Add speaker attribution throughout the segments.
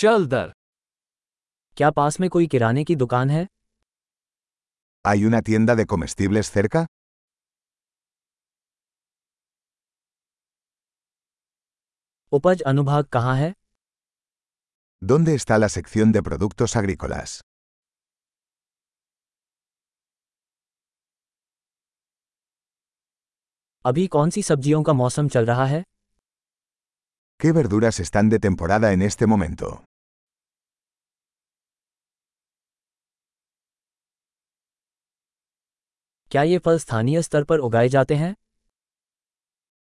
Speaker 1: चल दर
Speaker 2: क्या पास में कोई किराने की दुकान है
Speaker 3: ¿Hay una tienda de comestibles cerca?
Speaker 2: उपज अनुभाग कहाँ है
Speaker 3: ¿Dónde está la sección de productos agrícolas?
Speaker 2: अभी कौन सी सब्जियों का मौसम चल रहा है
Speaker 3: ¿Qué verduras están de temporada en este momento?
Speaker 2: क्या ये फल स्थानीय स्तर पर उगाए जाते हैं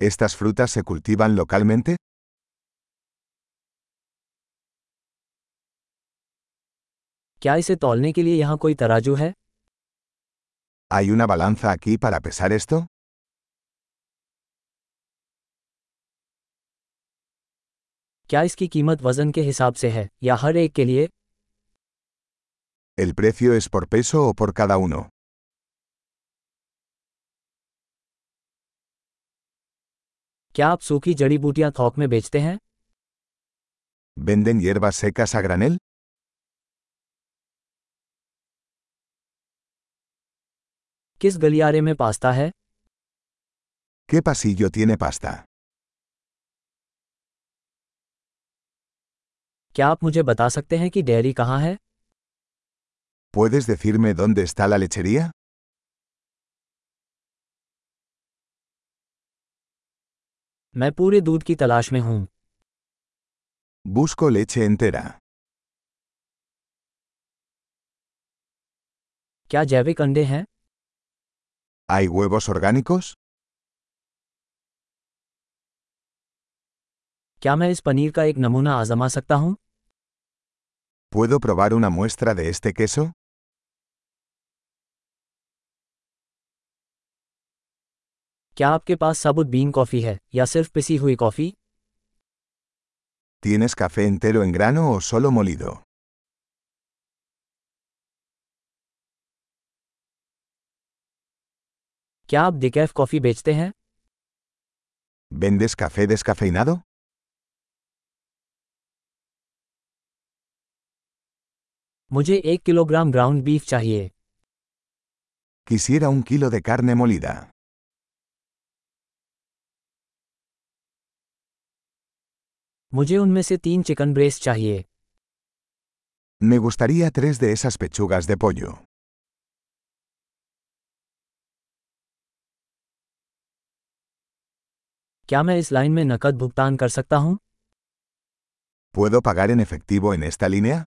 Speaker 3: ¿Estas frutas se cultivan localmente?
Speaker 2: क्या इसे तौलने के लिए यहाँ कोई तराजू है
Speaker 3: ¿Hay una balanza aquí para pesar esto?
Speaker 2: क्या इसकी कीमत वजन के हिसाब से है या हर एक के लिए
Speaker 3: ¿El precio es por peso o por cada uno?
Speaker 2: क्या आप सूखी जड़ी बूटियां थोक में बेचते हैं
Speaker 3: ¿Venden hierbas secas a granel?
Speaker 2: किस गलियारे में पास्ता है
Speaker 3: ¿Qué pasillo tiene pasta?
Speaker 2: क्या आप मुझे बता सकते हैं कि डेयरी कहाँ है
Speaker 3: ¿Puedes decirme dónde está la lechería?
Speaker 2: मैं पूरे दूध की तलाश में हूँ
Speaker 3: Busco leche entera.
Speaker 2: क्या जैविक अंडे हैं
Speaker 3: ¿Hay huevos orgánicos?
Speaker 2: क्या मैं इस पनीर का एक नमूना आजमा सकता हूँ
Speaker 3: ¿Puedo probar una muestra de este queso?
Speaker 2: क्या आपके पास साबुत बीन कॉफ़ी है या सिर्फ पिसी हुई coffee
Speaker 3: ¿Tienes café entero en grano o solo molido?
Speaker 2: क्या आप डिकैफ कॉफ़ी बेचते हैं
Speaker 3: ¿Vendes café descafeinado?
Speaker 2: मुझे एक किलोग्राम ग्राउंड बीफ चाहिए
Speaker 3: Quisiera un kilo de carne molida.
Speaker 2: मुझे उनमें से तीन चिकन ब्रेस्ट चाहिए
Speaker 3: Me gustaría tres de esas pechugas de pollo.
Speaker 2: क्या मैं इस लाइन में नकद भुगतान कर सकता हूँ
Speaker 3: ¿Puedo pagar en efectivo en esta línea?